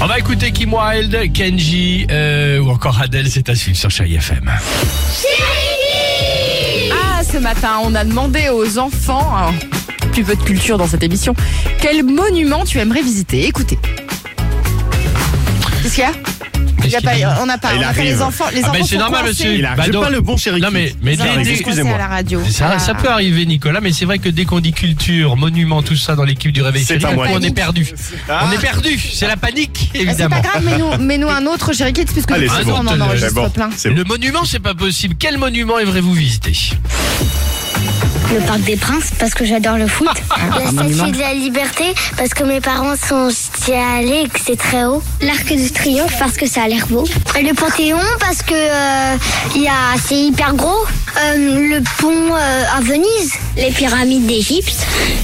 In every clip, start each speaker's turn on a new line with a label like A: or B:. A: On va écouter Kim Wilde, Kenji euh, ou encore Adele, c'est à suivre sur Chai FM.
B: Ah, ce matin, on a demandé aux enfants, hein, plus peu de culture dans cette émission, quel monument tu aimerais visiter. Écoutez. Qu'est-ce qu'il y a Il y a
A: Qu'est-ce qu'il
B: pas- On n'a pas,
C: Il
B: on n'a pas les
C: arrive.
B: enfants. Les
A: Ah,
B: enfants
A: ben, c'est
B: sont
A: normal,
B: coincés.
A: monsieur.
C: Il
A: Bah,
C: arrive
A: donc-
C: pas le bon chéri.
A: Non, mais- mais
B: Les
A: dès-
B: enfants
A: dès-
B: sont
C: excusez-moi.
B: coincés à la radio.
A: Ça,
B: Voilà.
A: ça peut arriver, Nicolas, mais c'est vrai que dès qu'on dit culture, monument, tout ça dans l'équipe du Réveil
C: C'est
A: Chéri,
C: pas moi.
A: on est
B: Panique.
A: perdu.
C: Ah.
A: On est perdu, c'est la panique,
B: Eh, C'est pas
A: évidemment.
B: grave, mets-nous mets -nous un autre Jerry Kids, puisque
C: Allez,
B: de toute
C: c'est
B: façon,
C: bon.
B: on en enregistre
C: C'est bon.
B: plein.
C: C'est bon.
A: Le monument, c'est pas possible. Quel monument aimerez-vous visiter
D: Le Parc des Princes parce que j'adore le foot.
E: La statue de la liberté, parce que mes parents sont y allés et que c'est très haut. Euh,
D: L'Arc de Triomphe parce que ça a l'air beau.
E: Le Panthéon, parce que euh, il y a- c'est hyper gros. Euh, le pont euh, à Venise.
D: Les pyramides d'Égypte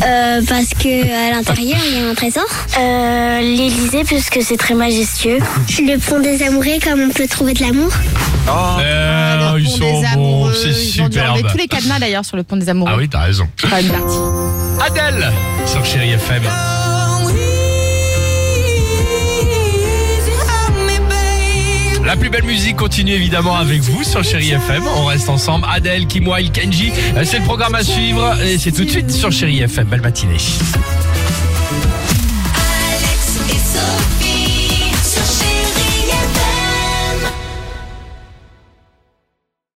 D: euh, parce que à l'intérieur il y a un trésor.
E: Euh, L'Elysée, parce que c'est très majestueux.
D: Le pont des amoureux comme on peut trouver de l'amour.
A: Euh,
B: Le
A: Ils
B: pont des
A: sont bons,
B: Oh, ah, amoureux,
A: c'est
B: ils ont dû enlever
A: superbe.
B: tous les cadenas d'ailleurs sur le pont des amoureux.
A: Ah oui, t'as raison.
B: Pas une partie.
A: Adèle sur Chéri FM. La plus belle musique continue évidemment avec vous sur Chéri FM. On reste ensemble. Adèle, Kim Wilde, Kenji. Euh, C'est le programme à suivre et c'est tout de suite sur Chéri FM. Belle matinée.